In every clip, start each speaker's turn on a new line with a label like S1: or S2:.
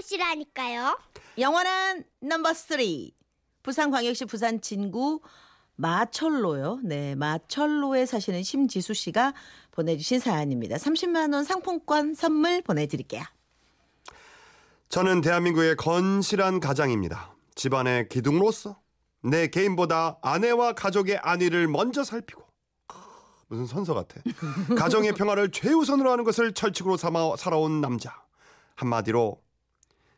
S1: 씨라니까요.
S2: 영원한 넘버 3. 부산광역시 부산 진구 마철로요. 네, 마철로에 사시는 심지수 씨가 보내주신 사연입니다. 30만 원 상품권 선물 보내드릴게요.
S3: 저는 대한민국의 건실한 가장입니다. 집안의 기둥으로서 내 개인보다 아내와 가족의 안위를 먼저 살피고 무슨 선서 같아. 가정의 평화를 최우선으로 하는 것을 철칙으로 삼아 살아온 남자. 한마디로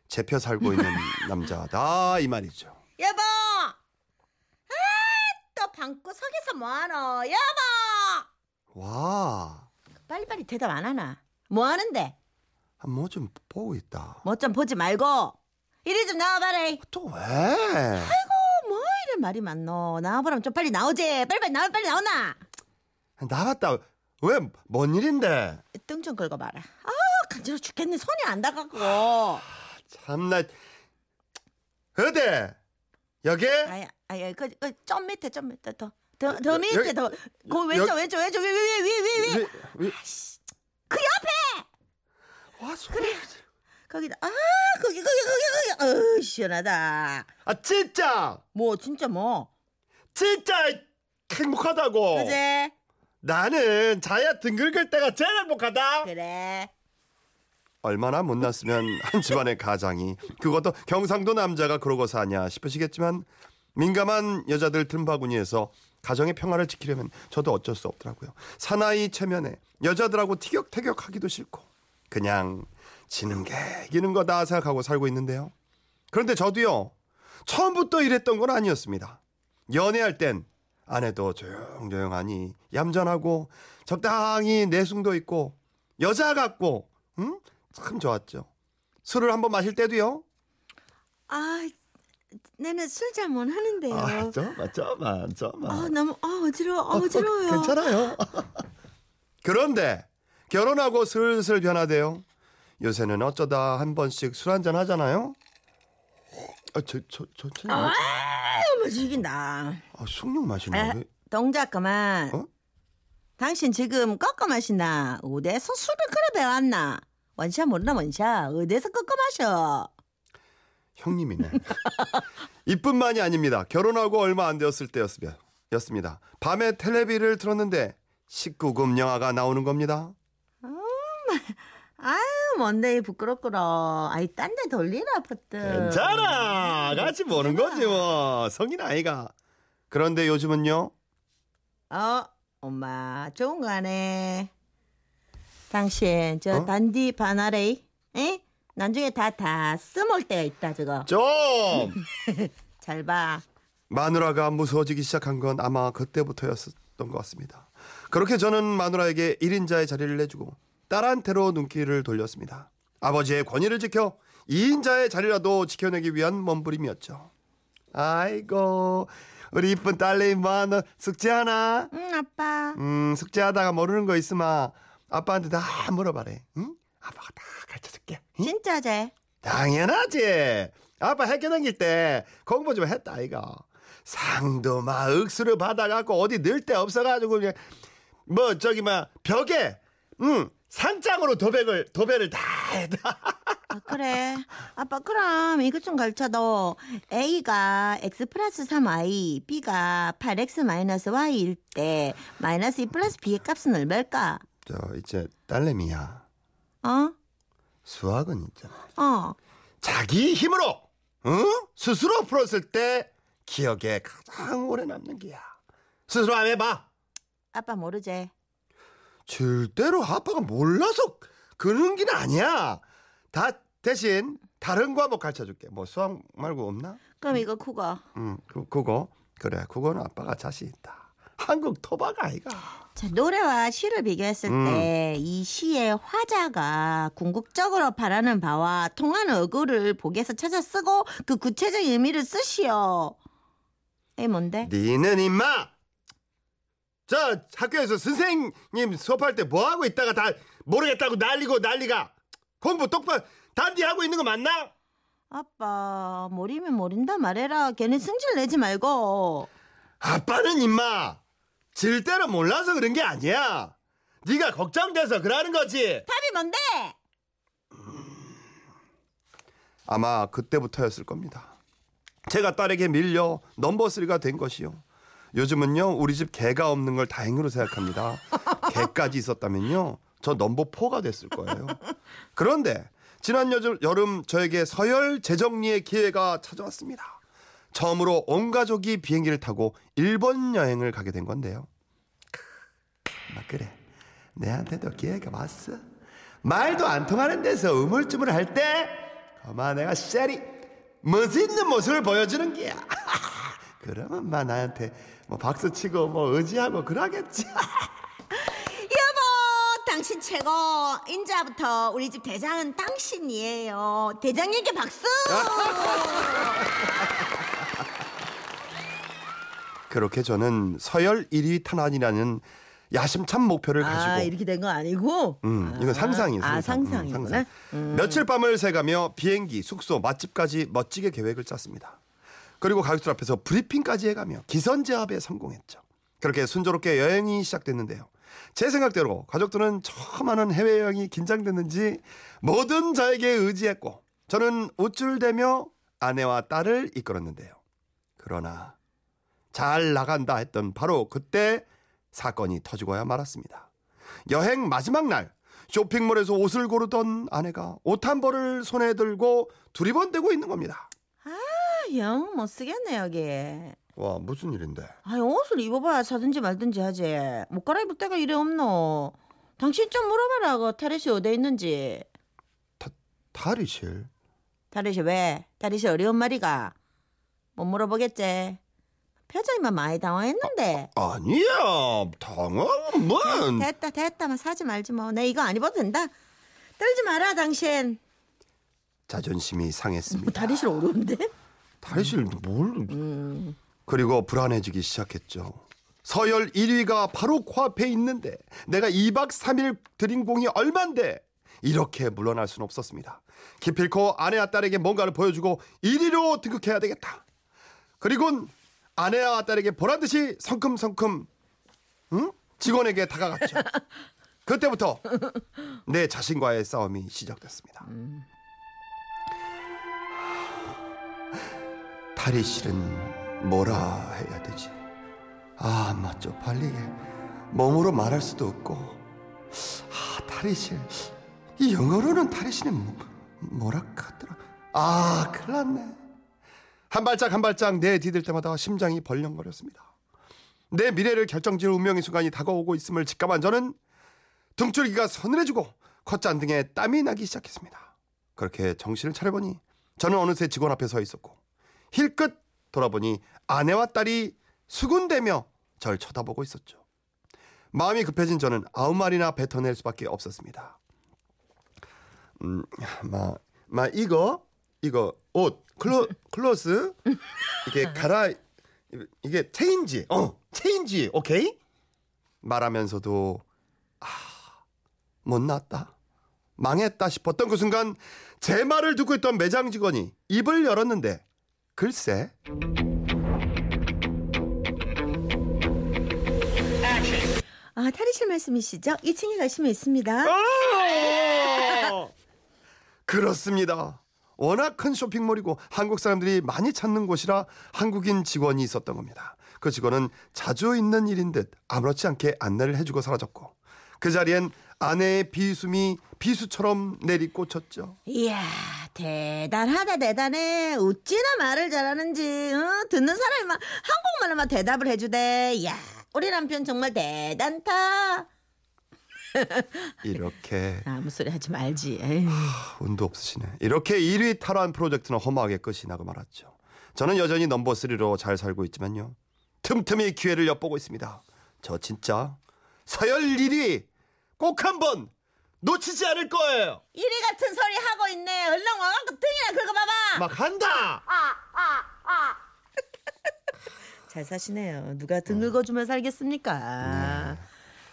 S3: 제표 살고 있는 남자다 이 말이죠.
S2: 여보! 아, 또 방구석에서 뭐하노? 여보!
S3: 와,
S2: 빨리빨리 대답 안 하나? 뭐하는데?
S3: 뭐 좀 보고 있다. 어,
S2: 뭐 좀 보지 말고 이리 좀 나와봐라. 이.
S3: 또 왜?
S2: 어, 뭐 이런 말이 많노. 나와보라면 좀 빨리 나오지. 빨리빨리 나와, 빨리 나오나?
S3: 나갔다. 왜 뭔 일인데?
S2: 등 좀 긁어봐라. 아, 간지러 죽겠네. 손이 안 닿았고. 아,
S3: 참나. 어디? 여기?
S2: 아, 그, 그, 점 밑에, 점 밑에 더. 더, 더
S3: 여-
S2: 밑에
S3: 여기-
S2: 더. 그 왼쪽,
S3: 여기-
S2: 왼쪽, 왼쪽, 위, 위, 위, 위, 위, 위.
S3: 그
S2: 그
S3: 옆에. 와 소리.
S2: 거기다. 아, 거기, 거기, 거기, 거기. 어우, 시원하다.
S3: 아 진짜,
S2: 뭐, 진짜 뭐.
S3: 진짜 행복하다고.
S2: 그제?
S3: 나는 자야 등 긁을 때가 제일 행복하다.
S2: 그래.
S3: 얼마나 못났으면 한 집안의 가장이 그것도 경상도 남자가 그러고 사냐 싶으시겠지만 민감한 여자들 틈바구니에서 가정의 평화를 지키려면 저도 어쩔 수 없더라고요. 사나이 체면에 여자들하고 티격태격하기도 싫고 그냥 지는 게 이기는 거다 생각하고 살고 있는데요. 그런데 저도요 처음부터 이랬던 건 아니었습니다. 연애할 땐 아내도 조용조용하니 얌전하고 적당히 내숭도 있고 여자 같고 음? 참 좋았죠. 술을 한번 마실 때도요.
S2: 아, 나는 술 잘 못 하는데요. 아,
S3: 좀만 좀만 좀만.
S2: 너무, 아, 어지러워, 아, 어지러워요.
S3: 괜찮아요. 그런데 결혼하고 슬슬 변하대요. 요새는 어쩌다 한 번씩 술 한잔 하잖아요. 아, 저, 저, 저, 저, 아,
S2: 너무 죽인다.
S3: 숭늉 마시는 거.
S2: 동작 그만.
S3: 어?
S2: 당신 지금 꺾어 마시나? 어디서 술을 그래 배웠나? 원샷 모르나 원샷? 어디서 꺾어 마셔?
S3: 형님이네. 이뿐만이 아닙니다. 결혼하고 얼마 안 되었을 때였습니다. 밤에 텔레비를 틀었는데 19금 영화가 나오는 겁니다.
S2: 아유 뭔데 이 부끄럽구러. 아이 딴 데 돌리라 퍼뜩.
S3: 괜찮아. 같이 보는 거지 뭐. 성인 아이가. 그런데 요즘은요.
S2: 어 엄마 좋은 거 하네. 당신 저
S3: 어?
S2: 단디 바나레이? 에? 나중에 다 다 써먹을 때가 있다 저거.
S3: 좀
S2: 잘 봐.
S3: 마누라가 무서워지기 시작한 건 아마 그때부터였었던 것 같습니다. 그렇게 저는 마누라에게 1인자의 자리를 내주고 딸한테로 눈길을 돌렸습니다. 아버지의 권위를 지켜 2인자의 자리라도 지켜내기 위한 몸부림이었죠. 아이고 우리 이쁜 딸내미 마누 숙제하나?
S2: 응 아빠.
S3: 음, 숙제하다가 모르는 거 있으마 아빠한테 다 물어봐래. 응? 아빠가 다 가르쳐줄게. 응?
S2: 진짜 제.
S3: 당연하지. 아빠 학교 다닐 때 공부 좀 했다 아이가. 상도 막 억수로 받아갖고 어디 넣을 데 없어가지고 그냥 뭐 저기 막 벽에 응 산장으로 도배를 도배를 다 했다.
S2: 아, 그래. 아빠, 그럼 이것 좀 가르쳐 너. A가 X 플러스 3Y, B가 8X 마이너스 Y일 때, 마이너스 2 플러스 B의 값은 얼마일까?
S3: 저 이제 딸내미야
S2: 어?
S3: 수학은 있잖아.
S2: 어.
S3: 자기 힘으로 응? 스스로 풀었을 때 기억에 가장 오래 남는 게야. 스스로 안 해봐.
S2: 아빠 모르지?
S3: 절대로 아빠가 몰라서 그런 게 아니야. 다 대신 다른 과목 가르쳐 줄게. 뭐 수학 말고 없나?
S2: 그럼 이거 크고.
S3: 응, 그, 그거. 그래, 그거는 아빠가 자신 있다. 한국 토박 아이가.
S2: 자, 노래와 시를 비교했을 때, 이 시의 화자가 궁극적으로 바라는 바와 통하는 어구를 보기에서 찾아 쓰고, 그 구체적인 의미를 쓰시오. 에, 뭔데?
S3: 니는 임마! 저 학교에서 선생님 수업할 때 뭐 하고 있다가 다 모르겠다고 난리고 난리가 공부 똑바로 단디 하고 있는 거 맞나?
S2: 아빠 모리면 모린다 말해라 걔는 승질 내지 말고
S3: 아빠는 임마 질대로 몰라서 그런 게 아니야. 네가 걱정돼서 그러는 거지.
S2: 답이 뭔데
S3: 아마 그때부터였을 겁니다. 제가 딸에게 밀려 넘버쓰리가 된 것이요. 요즘은요 우리 집 개가 없는 걸 다행으로 생각합니다. 개까지 있었다면요 저 넘버 4가 됐을 거예요. 그런데 지난 여름, 여름 저에게 서열 재정리의 기회가 찾아왔습니다. 처음으로 온 가족이 비행기를 타고 일본 여행을 가게 된 건데요. 막 아, 그래. 내한테도 기회가 왔어. 말도 안 통하는 데서 우물쭈물 할 때 그만 내가 쎄리 멋있는 모습을 보여주는 게야. 그러면 마 나한테 뭐 박수 치고 뭐 의지하고 그러겠지.
S1: 여보, 당신 최고. 인자부터 우리 집 대장은 당신이에요. 대장님께 박수.
S3: 그렇게 저는 서열 1위 탄환이라는 야심찬 목표를 가지고
S2: 아 이렇게 된 건 아니고.
S3: 음, 이건 상상이에요.
S2: 아
S3: 상상. 음,
S2: 상상이구나.
S3: 상상. 며칠 밤을 새가며 비행기, 숙소, 맛집까지 멋지게 계획을 짰습니다. 그리고 가족들 앞에서 브리핑까지 해가며 기선제압에 성공했죠. 그렇게 순조롭게 여행이 시작됐는데요. 제 생각대로 가족들은 처음 하는 해외여행이 긴장됐는지 모든 자에게 의지했고 저는 우쭐대며 아내와 딸을 이끌었는데요. 그러나 잘 나간다 했던 바로 그때 사건이 터지고야 말았습니다. 여행 마지막 날 쇼핑몰에서 옷을 고르던 아내가 옷 한 벌을 손에 들고 두리번대고 있는 겁니다.
S2: 아, 영, 못 쓰겠네, 여기.
S3: 와 무슨 일인데?
S2: 아, 옷을 입어봐야 사든지 말든지 하지. 못 갈아입을 때가 이래 없노. 당신 좀 물어봐라, 그 탈의실 어디 있는지.
S3: 탈의실?
S2: 탈의실 왜? 탈의실 어려운 말이가. 못 물어보겠지. 표정이만 많이 당황했는데.
S3: 아니야 당황은
S2: 뭐, 됐다, 됐다. 만 사지 말지 뭐. 내 이거 안 입어도 된다. 떨지 마라, 당신.
S3: 자존심이
S2: 뭐,
S3: 상했습니다.
S2: 탈의실 어려운데?
S3: 탈의실 뭘?
S2: 음.
S3: 그리고 불안해지기 시작했죠. 서열 1위가 바로 코앞에 있는데 내가 2박 3일 들인 공이 얼만데 이렇게 물러날 순 없었습니다. 기필코 아내와 딸에게 뭔가를 보여주고 1위로 등극해야 되겠다. 그리곤 아내와 딸에게 보란 듯이 성큼성큼 응? 직원에게 다가갔죠. 그때부터 내 자신과의 싸움이 시작됐습니다. 다리 실은 뭐라 해야 되지? 아, 맞죠. 발리게 몸으로 말할 수도 없고. 아, 다리 실. 이 영어로는 다리 실은 뭐, 뭐라 하더라. 아, 큰일 났네. 한 발짝 한 발짝 내 디딜 때마다 심장이 벌렁거렸습니다. 내 미래를 결정지을 운명의 순간이 다가오고 있음을 직감한 저는 등줄기가 서늘해지고 콧잔 등에 땀이 나기 시작했습니다. 그렇게 정신을 차려보니 저는 어느새 직원 앞에 서 있었고 힐끗 돌아보니 아내와 딸이 수군대며 절 쳐다보고 있었죠. 마음이 급해진 저는 아무 말이나 뱉어낼 수밖에 없었습니다. 음, 마, 마 이거 이거 옷 클로 클로스 이게 갈아 이게 체인지 어 체인지 오케이 말하면서도 아, 못 났다. 망했다 싶었던 그 순간 제 말을 듣고 있던 매장 직원이 입을 열었는데 글쎄
S2: 아, 탈의실 말씀이시죠? 2층에 가시면 있습니다.
S3: 그렇습니다. 워낙 큰 쇼핑몰이고 한국 사람들이 많이 찾는 곳이라 한국인 직원이 있었던 겁니다. 그 직원은 자주 있는 일인 듯 아무렇지 않게 안내를 해주고 사라졌고 그 자리엔 아내의 비숨이 비수처럼 내리꽂혔죠.
S2: 이야 대단하다 대단해 어찌나 말을 잘하는지 어? 듣는 사람이 막 한국말로 막 대답을 해주대 이야 우리 남편 정말 대단타
S3: 이렇게
S2: 아무 소리 하지 말지 에휴.
S3: 운도 없으시네. 이렇게 1위 탈환 프로젝트는 허무하게 끝이 나고 말았죠. 저는 여전히 넘버 3로 잘 살고 있지만요. 틈틈이 기회를 엿보고 있습니다. 저 진짜 서열 1위 꼭 한번 놓치지 않을 거예요.
S2: 이리 같은 소리 하고 있네 얼른 와갖고 등이나 긁어봐봐
S3: 막 한다.
S2: 잘 어. 사시네요 누가 등 긁어주면 살겠습니까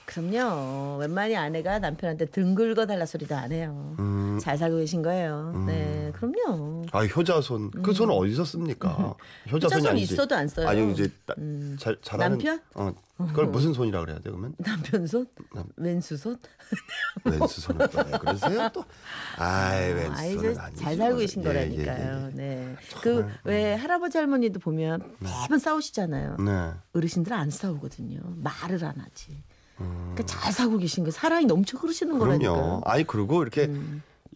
S2: 그럼요. 웬만히 아내가 남편한테 등 긁어 달라 소리도 안 해요. 잘 살고 계신 거예요. 네, 그럼요.
S3: 아 효자손 그 손은 어디서 씁니까? 효자손이
S2: 효자손
S3: 아니지.
S2: 있어도 안 써요. 음.
S3: 아니 이제 나- 잘 잘하는
S2: 남편?
S3: 어 그걸 무슨 손이라 그래야 돼 그러면
S2: 남편 손, 왼수 손.
S3: 왼수 손을 또 왜 그러세요 또? 아이 왼수
S2: 아이들
S3: 손은 아니지.
S2: 잘 살고 계신
S3: 예, 예,
S2: 거라니까요. 네.
S3: 정말, 음.
S2: 그 왜 할아버지 할머니도 보면 매번 싸우시잖아요.
S3: 예, 예. 네.
S2: 어르신들 안 싸우거든요. 말을 안 하지. 그러니까 잘 살고 계신 거 사랑이 넘쳐 흐르시는
S3: 음. 그럼요.
S2: 거라니까요. 음.
S3: 아니 그리고 이렇게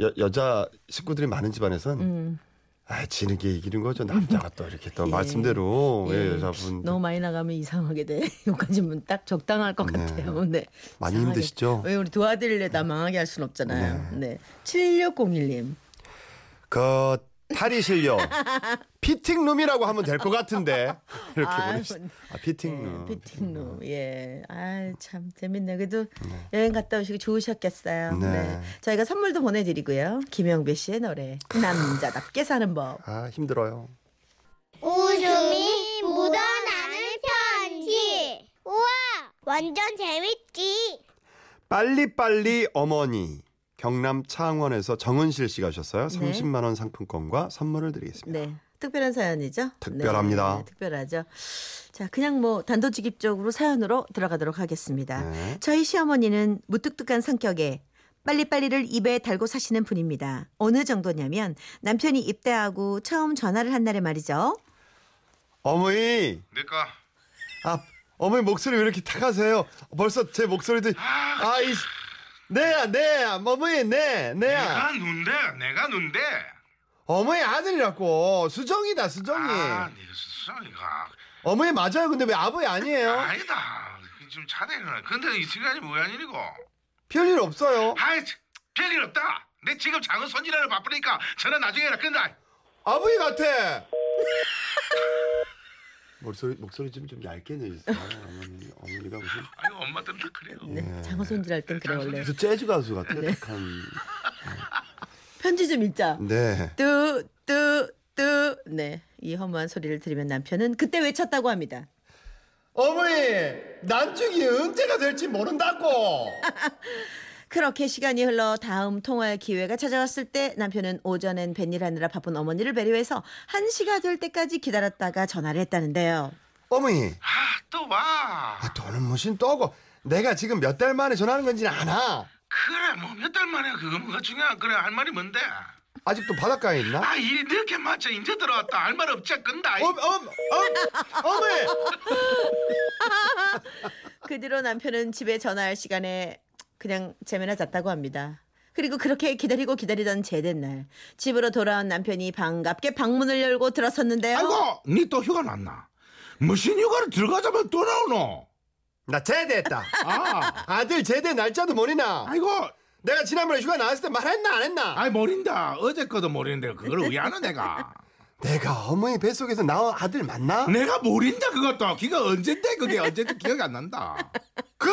S3: 여, 여자 식구들이 많은 집안에선 아 지는 게 이기는 거죠. 남자가 또 이렇게 또 말씀대로 예,
S2: 예.
S3: 여자분
S2: 너무 많이 나가면 이상하게 돼. 여기까지면 딱 적당할 것
S3: 네.
S2: 같아요. 네.
S3: 많이
S2: 이상하게.
S3: 힘드시죠? 네.
S2: 왜 우리 도와드릴래 다 망하게 할 순 없잖아요. 네. 7601님.
S3: 그 탈이 실려 피팅룸이라고 하면 될 것 같은데 이렇게
S2: 아유, 네.
S3: 보내시. 아 피팅룸.
S2: 피팅룸. 예. 아, 참 재밌네. 그래도 여행 갔다 오시고 좋으셨겠어요.
S3: 네.
S2: 네. 저희가 선물도 보내 드리고요. 김영배 씨의 노래 남자답게 사는 법.
S3: 아 힘들어요.
S4: 웃음이 묻어나는 편지. 우와, 완전 재밌지.
S3: 빨리빨리 어머니 경남 창원에서 정은실 씨가 오셨어요. 30만 원 상품권과 선물을 드리겠습니다.
S2: 네. 특별한 사연이죠?
S3: 특별합니다.
S2: 네, 특별하죠. 자, 그냥 뭐 단도직입적으로 사연으로 들어가도록 하겠습니다.
S3: 네.
S2: 저희 시어머니는 무뚝뚝한 성격에 빨리빨리를 입에 달고 사시는 분입니다. 어느 정도냐면 남편이 입대하고 처음 전화를 한 날에 말이죠. 네.
S3: 어머니,
S5: 내가
S3: 아 어머니 목소리 왜 이렇게 탁하세요? 벌써 제 목소리도 아이 네, 네, 어머니, 네, 네.
S5: 내가 눈데 내가 눈데
S3: 어머니 아들이라고 수정이다 수정이.
S5: 아, 네 수상이가
S3: 어머니 맞아요. 근데 왜 아버지 아니에요?
S5: 아니다 지금 차대는 근데 이 시간이 뭐야 일이고
S3: 별일 없어요.
S5: 아이 참, 별일 없다 내 지금 작은 손질하는 바쁘니까 전화 나중에 해라 근데
S3: 아버지 같아. 목소리 목소리 좀 좀 얇게 내주세요. 어머니 어머니가 무슨
S5: 아니 엄마들은 다 그래요
S3: 네.
S2: 장어 손질할 땐 그래 원래.
S3: 무슨 재즈 가수 같아요. 네.
S2: 편지 좀 읽자.
S3: 네.
S2: 뚜뚜뚜 네. 이 허무한 소리를 들으면 남편은 그때 외쳤다고 합니다.
S3: 어머니 난중이 은퇴가 될지 모른다고.
S2: 그렇게 시간이 흘러 다음 통화의 기회가 찾아왔을 때 남편은 오전엔 벤일 하느라 바쁜 어머니를 배려해서 한시가될 때까지 기다렸다가 전화를 했다는데요.
S3: 어머니
S5: 아, 아또와
S3: 아, 돈은 무슨 떠고 내가 지금 몇 달 만에 전화하는 건지는 알아.
S5: 그래 뭐 몇 달 만에 그거 뭐가 중요한 그래 할 말이 뭔데
S3: 아직도 바닷가에 있나?
S5: 아 일이 늦게 맞자 이제 들어왔다 할 말 없지 근데
S3: 어, 어, 어, 어머니
S2: 그 뒤로 남편은 집에 전화할 시간에 그냥 재매나 잤다고 합니다. 그리고 그렇게 기다리고 기다리던 제된날 집으로 돌아온 남편이 반갑게 방문을 열고 들어섰는데요.
S5: 아이고 니 또 휴가 났나 무슨 휴가를 들어가자면 또 나오노
S3: 나 제대했다.
S5: 아
S3: 아들 제대 날짜도 모르나.
S5: 아이고
S3: 내가 지난번에 휴가 나왔을 때 말했나 안 했나?
S5: 아이 모른다 어제 거도 모르는데 그걸 왜 아는 내가
S3: 내가 어머니 뱃속에서 나온 아들 맞나?
S5: 내가 모른다 그것도 기가 언젠데 그게 언젠데 기억이 안 난다
S3: 그,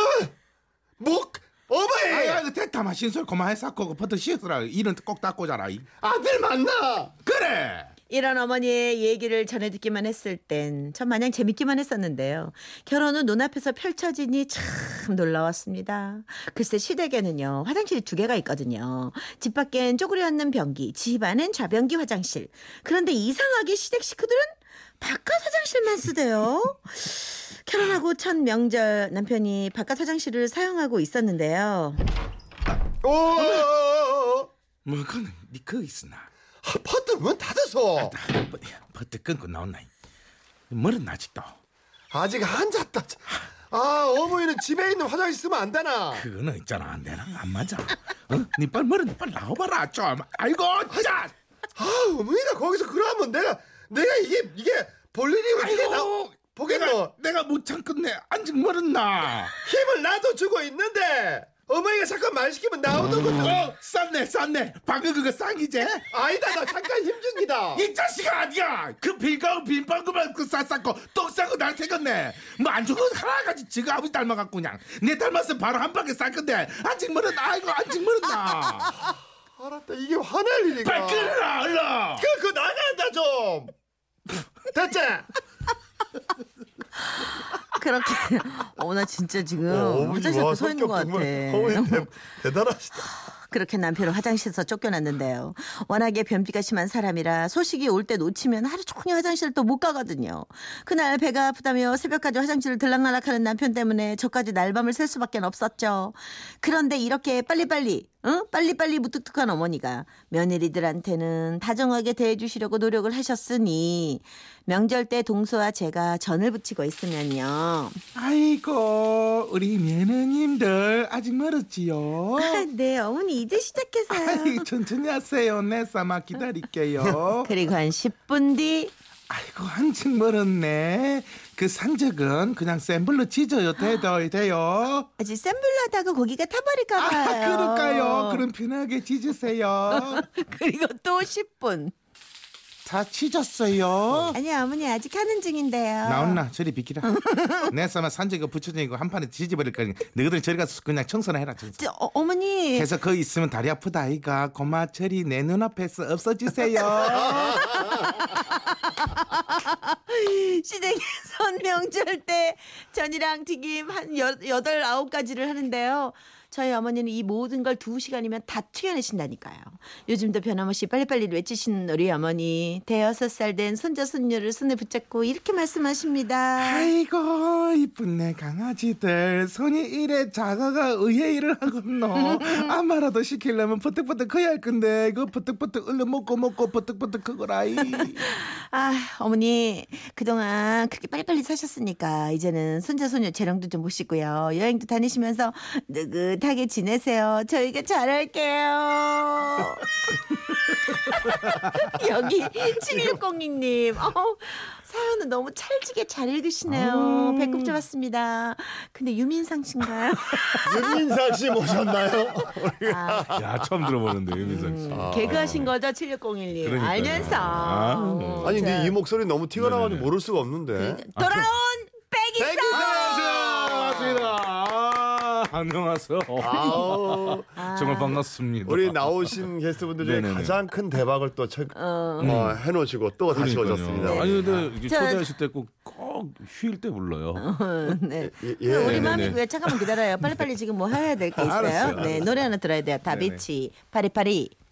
S3: 목, 어머니!
S5: 아이 아이 대타 마신 소리 그만해 쌓고 그 버터 씻으라 이런 꼭 닦고 자라 이.
S3: 아들 맞나?
S5: 그래
S2: 이런 어머니의 얘기를 전해 듣기만 했을 땐 참 마냥 재밌기만 했었는데요. 결혼 후 눈앞에서 펼쳐지니 참 놀라웠습니다. 글쎄 시댁에는요 화장실이 두 개가 있거든요. 집 밖엔 쪼그려 앉는 변기, 집 안엔 좌변기 화장실. 그런데 이상하게 시댁 식구들은 바깥 화장실만 쓰대요. 결혼하고 첫 명절 남편이 바깥 화장실을 사용하고 있었는데요.
S3: 오, 어, 어.
S5: 뭐 그거는 니 거기 있으나
S3: 아, 파트 문 닫았어.
S5: 아, 버- 버터 끊고 나온나 머른 아직도
S3: 아직 안 잤다. 아, 어머니는 집에 있는 화장실 쓰면 안 되나?
S5: 그거는 있잖아 내랑 안 맞아 어? 니 빨리 머른 빨리 나와봐라 좀 아이고 자
S3: 아, 어머니가 거기서 그러면 내가, 내가 이게, 이게 볼 일이 어떻게 나, 보겠노?
S5: 내가, 내가 못 참겠네 안직 머른나
S3: 힘을 나도 주고 있는데, 어머니가 잠깐 말 시키면 나오는 것도,
S5: 어, 쌌네, 쌌네. 방금 그거 싼 기제?
S3: 아니다, 나 잠깐 힘줍니다.
S5: 이 자식아 아니야. 그 빌가고 빈방구만 그 쌌쌌고 똥 싸고 날 새겼네. 뭐 안 좋은 거 하나같이 지가 아버지 닮아갖고 그냥. 내 닮았으면 바로 한 방에 쌀 건데. 안직 멀었나? 아이고 안직 멀었나?
S3: 알았다, 이게 화낼 일이가.
S5: 빨리 끊어라 얼른.
S3: 그, 그, 나간다, 좀! 됐지?
S2: 그렇게. 어나 진짜 지금
S3: 어,
S2: 화장실
S3: 와,
S2: 앞에 서 있는 것
S3: 성격
S2: 같아.
S3: 정말 어이, 대, 대단하시다.
S2: 그렇게 남편을 화장실에서 쫓겨났는데요. 워낙에 변비가 심한 사람이라 소식이 올 때 놓치면 하루 종일 화장실을 또 못 가거든요. 그날 배가 아프다며 새벽까지 화장실을 들락날락하는 남편 때문에 저까지 날밤을 셀 수밖에 없었죠. 그런데 이렇게 빨리빨리 응? 빨리빨리 무뚝뚝한 어머니가 며느리들한테는 다정하게 대해주시려고 노력을 하셨으니 명절 때 동서와 제가 전을 붙이고 있으면요.
S5: 아이고 우리 며느님들 아직 멀었지요.
S2: 네 어머니 이제 시작해서요.
S5: 아이 천천히 하세요. 내 삼아 기다릴게요.
S2: 그리고 한 10분 뒤
S5: 아이고 한층 멀었네. 그 산적은 그냥 센불로 지져요.
S2: 아.
S5: 돼요 돼요.
S2: 아직 센불로 하다가 고기가 타버릴까
S5: 아
S2: 봐요.
S5: 그럴까요? 그럼 편하게 지지세요.
S2: 그리고 또 10분.
S5: 다 지졌어요.
S2: 아니 어머니 아직 하는 중인데요.
S5: 나온나 저리 비키라. 내 삼아 산적이고 부처적이고 한 판에 지지버릴 거니까 너희들 저리 가서 그냥 청소나 해라. 청소.
S2: 저, 어, 어머니
S5: 계속 거기 있으면 다리 아프다 아이가 고마 철이 내 눈앞에서 없어지세요
S2: 시댁에선 명절 때 전이랑 튀김 한 여, 여덟 아홉 가지를 하는데요. 저희 어머니는 이 모든 걸 두 시간이면 다 튀겨내신다니까요. 요즘도 변함없이 빨리빨리 외치시는 우리 어머니 대여섯 살 된 손자 손녀를 손에 붙잡고 이렇게 말씀하십니다.
S5: 아이고 이쁜 내 강아지들 손이 이래 작아가 의외 일을 하겠노 아마라도 시키려면 버뜩버뜩 커야 할 건데 그 버뜩버뜩 얼른 먹고 먹고 버뜩버뜩 크거라이
S2: 아, 어머니, 그동안 그렇게 빨리빨리 사셨으니까, 이제는 손자, 손녀 재량도 좀 보시고요. 여행도 다니시면서 느긋하게 지내세요. 저희가 잘할게요. 여기 7602님. 어, 사연은 너무 찰지게 잘
S5: 음.
S2: 읽으시네요. 배꼽 잡았습니다. 근데 유민상 씨인가요?
S6: 윤민상 씨 모셨나요?
S5: 야 처음 들어보는데 유민상 씨
S2: 음. 개그하신 거죠, 7601님.
S5: 아, 네. 그러니까요.
S2: 알면서.
S5: 아, 네.
S2: 어,
S6: 아니 근데
S2: 자,
S6: 이 목소리 너무 티가
S3: 네,
S6: 나가지고 모를 수가 없는데.
S2: 돌아온 백이상!
S3: 아.
S5: 반갑습니다 안녕하세요
S6: 아우
S5: 아, 정말 반갑습니다
S6: 우리 나오신 게스트분들 중에
S5: 아, 네네네.
S6: 가장 큰 대박을 또 책,
S2: 어. 네.
S6: 어, 해놓으시고 또 다시
S5: 그러니까요.
S6: 오셨습니다.
S5: 아니 근데 이게
S2: 저-
S5: 초대하실 때 꼭 꼭 쉴 때 불러요.
S2: 네.
S6: 예,
S2: 그 우리
S6: 예.
S2: 마음이
S5: 네네.
S2: 왜 잠깐만 기다려요. 빨리빨리 지금 뭐 해야 될 게 있어요.
S5: 알았어요,
S2: 네,
S5: 알았어요.
S2: 노래 하나 들어야 돼요. 다비치, 파리파리,